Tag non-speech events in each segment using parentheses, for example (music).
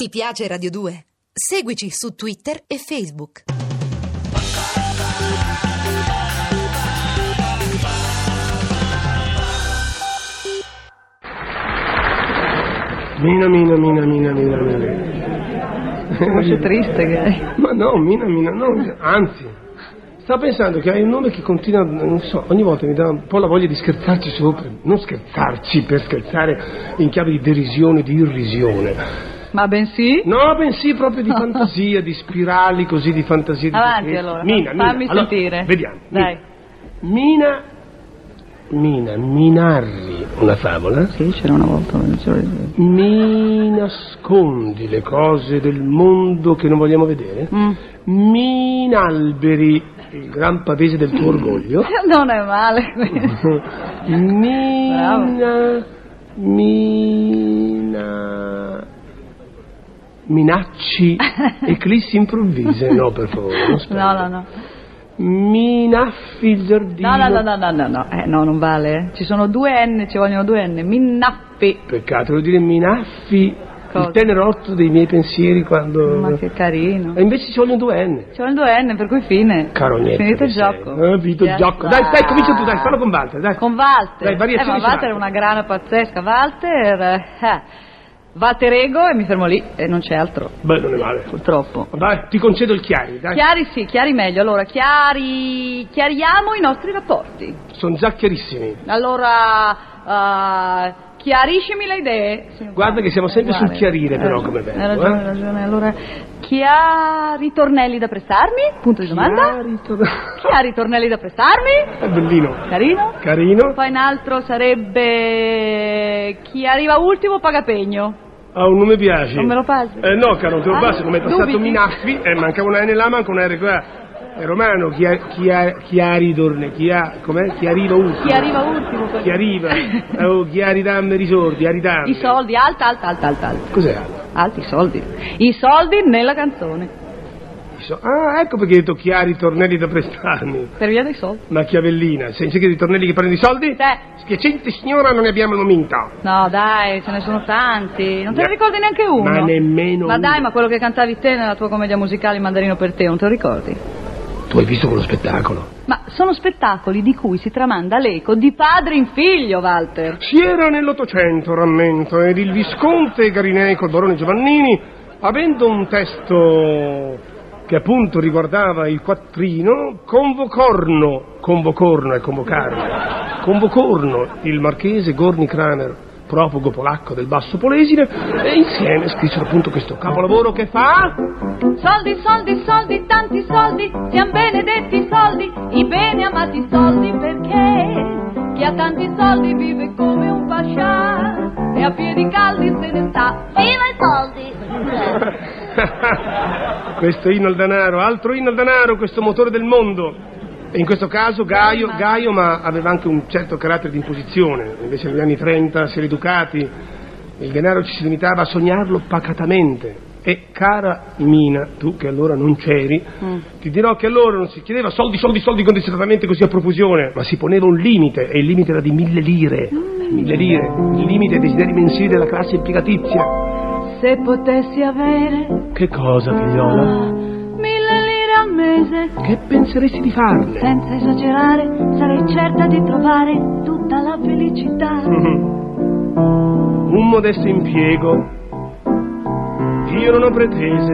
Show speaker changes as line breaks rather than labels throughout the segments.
Ti piace Radio 2? Seguici su Twitter e Facebook.
Mina, mina, mina, mina, mina, mina.
Voce triste che hai.
Ma no, mina, mina, no, anzi. Stavo pensando che hai un nome che continua, non so, ogni volta mi dà un po' la voglia di scherzarci sopra. Non scherzarci per scherzare in chiave di derisione, di irrisione.
Ma bensì?
No, bensì proprio
(laughs)
di fantasia, di spirali così, di fantasia. Di
Avanti
fantasia.
allora,
Mina, Mina,
fammi
allora,
sentire.
Vediamo.
Dai.
Mina, Mina, Minarri, una favola.
Sì, c'era una volta un giorno.
Mi nascondi le cose del mondo che non vogliamo vedere?
Mm.
Mi inalberi il gran pavese del tuo orgoglio?
(laughs) Non è male.
Mina... Mina...
(laughs)
Minacci eclissi improvvise? No, per favore, non spero.
No, no, no.
Minaffi il giardino?
No, no, no, no, no, no, no. Eh, no, non vale. eh. Ci sono due N, ci vogliono due N. Minnappi.
Peccato, devo dire minaffi
Cosa?
il tenerotto dei miei pensieri quando...
Ma che carino.
E invece ci vogliono due N.
Ci vogliono due N, per cui fine.
Eh. Caro niente.
Finito il
che sei.
gioco.
Eh, finito il
Yes.
gioco. Dai, dai, comincia tu, dai, fallo con Walter, dai.
Con Walter.
Dai, variazioni
eh, ma
su
Walter è
Walter.
una grana pazzesca. Walter... Eh. Walter Ego e mi fermo lì. E non c'è altro,
Beh, non è male.
purtroppo.
Dai, ti concedo il chiari, dai.
Chiari sì, chiari meglio. Allora, chiari, chiariamo i nostri rapporti.
Sono già chiarissimi.
Allora, eh, chiariscimi le idee. signor
Guarda che siamo sempre
Uguale.
sul chiarire,
Hai
però,
ragione,
come verbo,
Hai ragione,
eh.
hai ragione. Allora, chia ritornelli da prestarmi? Punto di domanda.
Chiari, to-
Chia ritornelli da prestarmi?
È bellino.
Carino.
Carino.
Poi un altro sarebbe chi arriva ultimo paga pegno.
Ah, un nome piace.
Non me lo passi?
Eh no, caro, non te lo
Ah,
passo, come è passato
dubiti?
Minaffi, eh, mancava una N là, manca una R qua. È romano, chi ha, chi ha, chi ha ritorne, chi ha, com'è? Chi arriva ultimo.
Chi arriva ultimo paga
Chi
(laughs)
arriva. Eh, oh, chi ha ridamme risordi, ha ridamme.
I soldi, alta, alta, alta, alta, alta.
Cos'è Alba?
Alti i soldi. I soldi nella canzone.
I so- Ah, ecco perché hai detto chi ha ritornelli da prestarmi.
Per via dei soldi.
Machiavellina, sei che di tornelli che prendi i soldi?
Sì.
Spiacente signora, non ne abbiamo nominta.
No, dai, ce ne sono tanti. Non te ne
Ne-
ricordi neanche uno.
ma nemmeno
Ma dai,
uno.
ma quello che cantavi te nella tua commedia musicale Mandarino per te, non te lo ricordi?
Tu hai visto quello spettacolo?
Ma sono spettacoli di cui si tramanda l'eco di padre in figlio, Walter.
Si era nell'Ottocento, rammento, ed il Visconte Garinei col barone Giovannini, avendo un testo che appunto riguardava il quattrino, convocorno, convocorno è convocarlo, convocorno il marchese Gorni Kramer, profugo polacco del Basso Polesine, e insieme scrissero appunto questo capolavoro che fa...
Soldi, soldi, soldi, tanti soldi, siamo benedetti soldi, i bene amati soldi perché chi ha tanti soldi vive come un pascià e a piedi caldi se ne sta.
Viva i soldi!
(laughs) questo inno al danaro, altro inno al danaro, questo motore del mondo. E in questo caso Gaio, Gaio ma aveva anche un certo carattere di imposizione, invece negli anni 30 si era educati, il denaro ci si limitava a sognarlo pacatamente. E cara Mina, tu che allora non c'eri, ti dirò che allora non si chiedeva soldi, soldi, soldi condizionatamente così a profusione, ma si poneva un limite, e il limite era di mille lire, mille lire, il limite ai desideri mensili della classe impiegatizia.
Se potessi avere
Che cosa, figliola?
mille lire al mese
Che penseresti di farne?
Senza esagerare, sarei certa di trovare tutta la felicità.
Un modesto impiego. Io non ho pretese.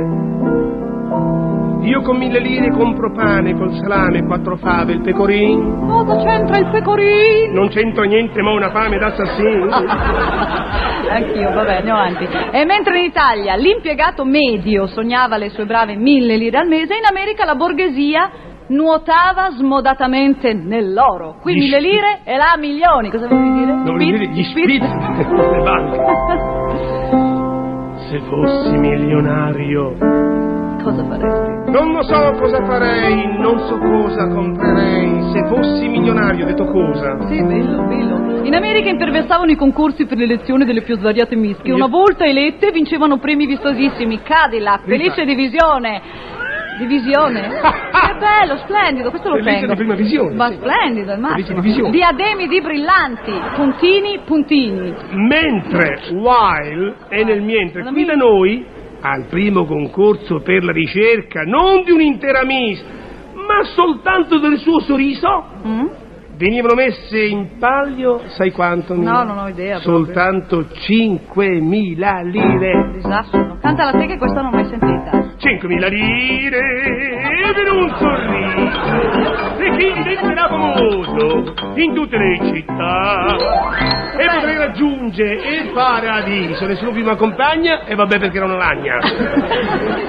Io con mille lire compro pane, col salame, quattro fave, il pecorino.
Cosa c'entra il pecorino?
Non c'entro niente, ma ho una fame (laughs) d'assassino.
(laughs) Anch'io, vabbè, andiamo avanti. E mentre in Italia l'impiegato medio sognava le sue brave mille lire al mese, in America la borghesia nuotava smodatamente nell'oro. Qui
Gli
mille
spi-
lire e là milioni. Cosa volevi dire?
Non voglio dire gli
Spit?
spitz (laughs) delle banche. Se fossi milionario,
(laughs) Cosa faresti?
non lo so cosa farei, non so cosa comprerei. Se fossi milionario, ho detto cosa?
Sì, bello, bello. In America imperversavano i concorsi per l'elezione delle più svariate mischie. Una volta elette vincevano premi vistosissimi. Cadillac, felice divisione.
(laughs)
Divisione? Che bello, splendido, questo lo
Felice
tengo.
di prima visione,
Ma
sì.
splendido, è il massimo.
divisione.
Diademi di brillanti, puntini, puntini.
Mentre, while, è nel mentre, qui da noi al primo concorso per la ricerca non di un'intera Miss, ma soltanto del suo sorriso,
Mm?
venivano messe in palio, sai quanto? Mimmo?
No, non ho idea proprio.
Soltanto 5.000 lire.
Disastro. Canta la te che questa non l'ho mai sentita.
5.000 lire per un sorriso e chi diventerà famoso in tutte le città e potrei raggiungere il paradiso nessuno più mi accompagna e vabbè perché era una lagna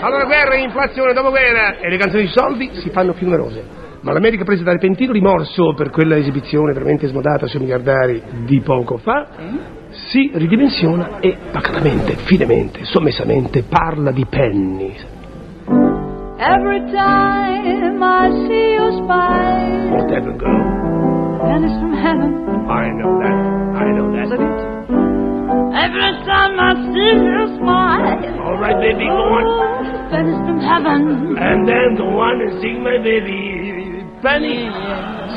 allora guerra, inflazione, dopoguerra e le canzoni di soldi si fanno più numerose ma l'America prese da repentino rimorso per quella esibizione veramente smodata sui miliardari di poco fa si ridimensiona e pacatamente, finemente, sommessamente parla di penny
Every time I see you spy,
Whatever girl,
then it's from heaven.
I know that, I know
Cosa
that.
dici? Every time I see you smile,
All right, baby, go on.
then it's from heaven.
And then go on and sing my baby. Penny.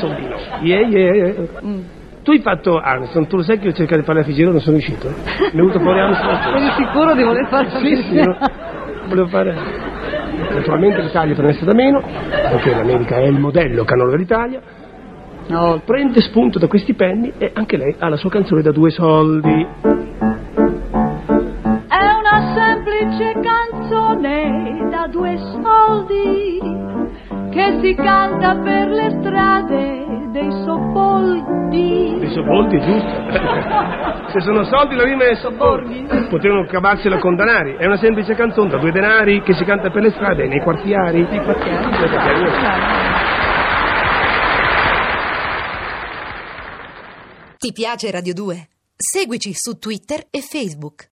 Soldino. Yeah, yeah, yeah.
Mm.
Tu hai fatto Armstrong, tu lo sai che ho cercato di fare la figura e non sono riuscito. Mi è venuto fuori
(laughs)
Armstrong.
Sono sicuro di voler fare
Sì, sì, no? volevo fare... Naturalmente l'Italia per me è stata meno, perché l'America è il modello canoro dell'Italia.
No,
Prende spunto da questi penny e anche lei ha la sua canzone da due soldi.
È una semplice canzone da due soldi che si canta per le strade dei
Dei
sobborghi.
soldi, (laughs) giusto? Se sono soldi la rima è sobborghi. Potevano cavarsela con danari. È una semplice canzone da due denari che si canta per le strade, nei quartieri. Nei quartieri.
Ti piace Radio 2? Seguici su Twitter e Facebook.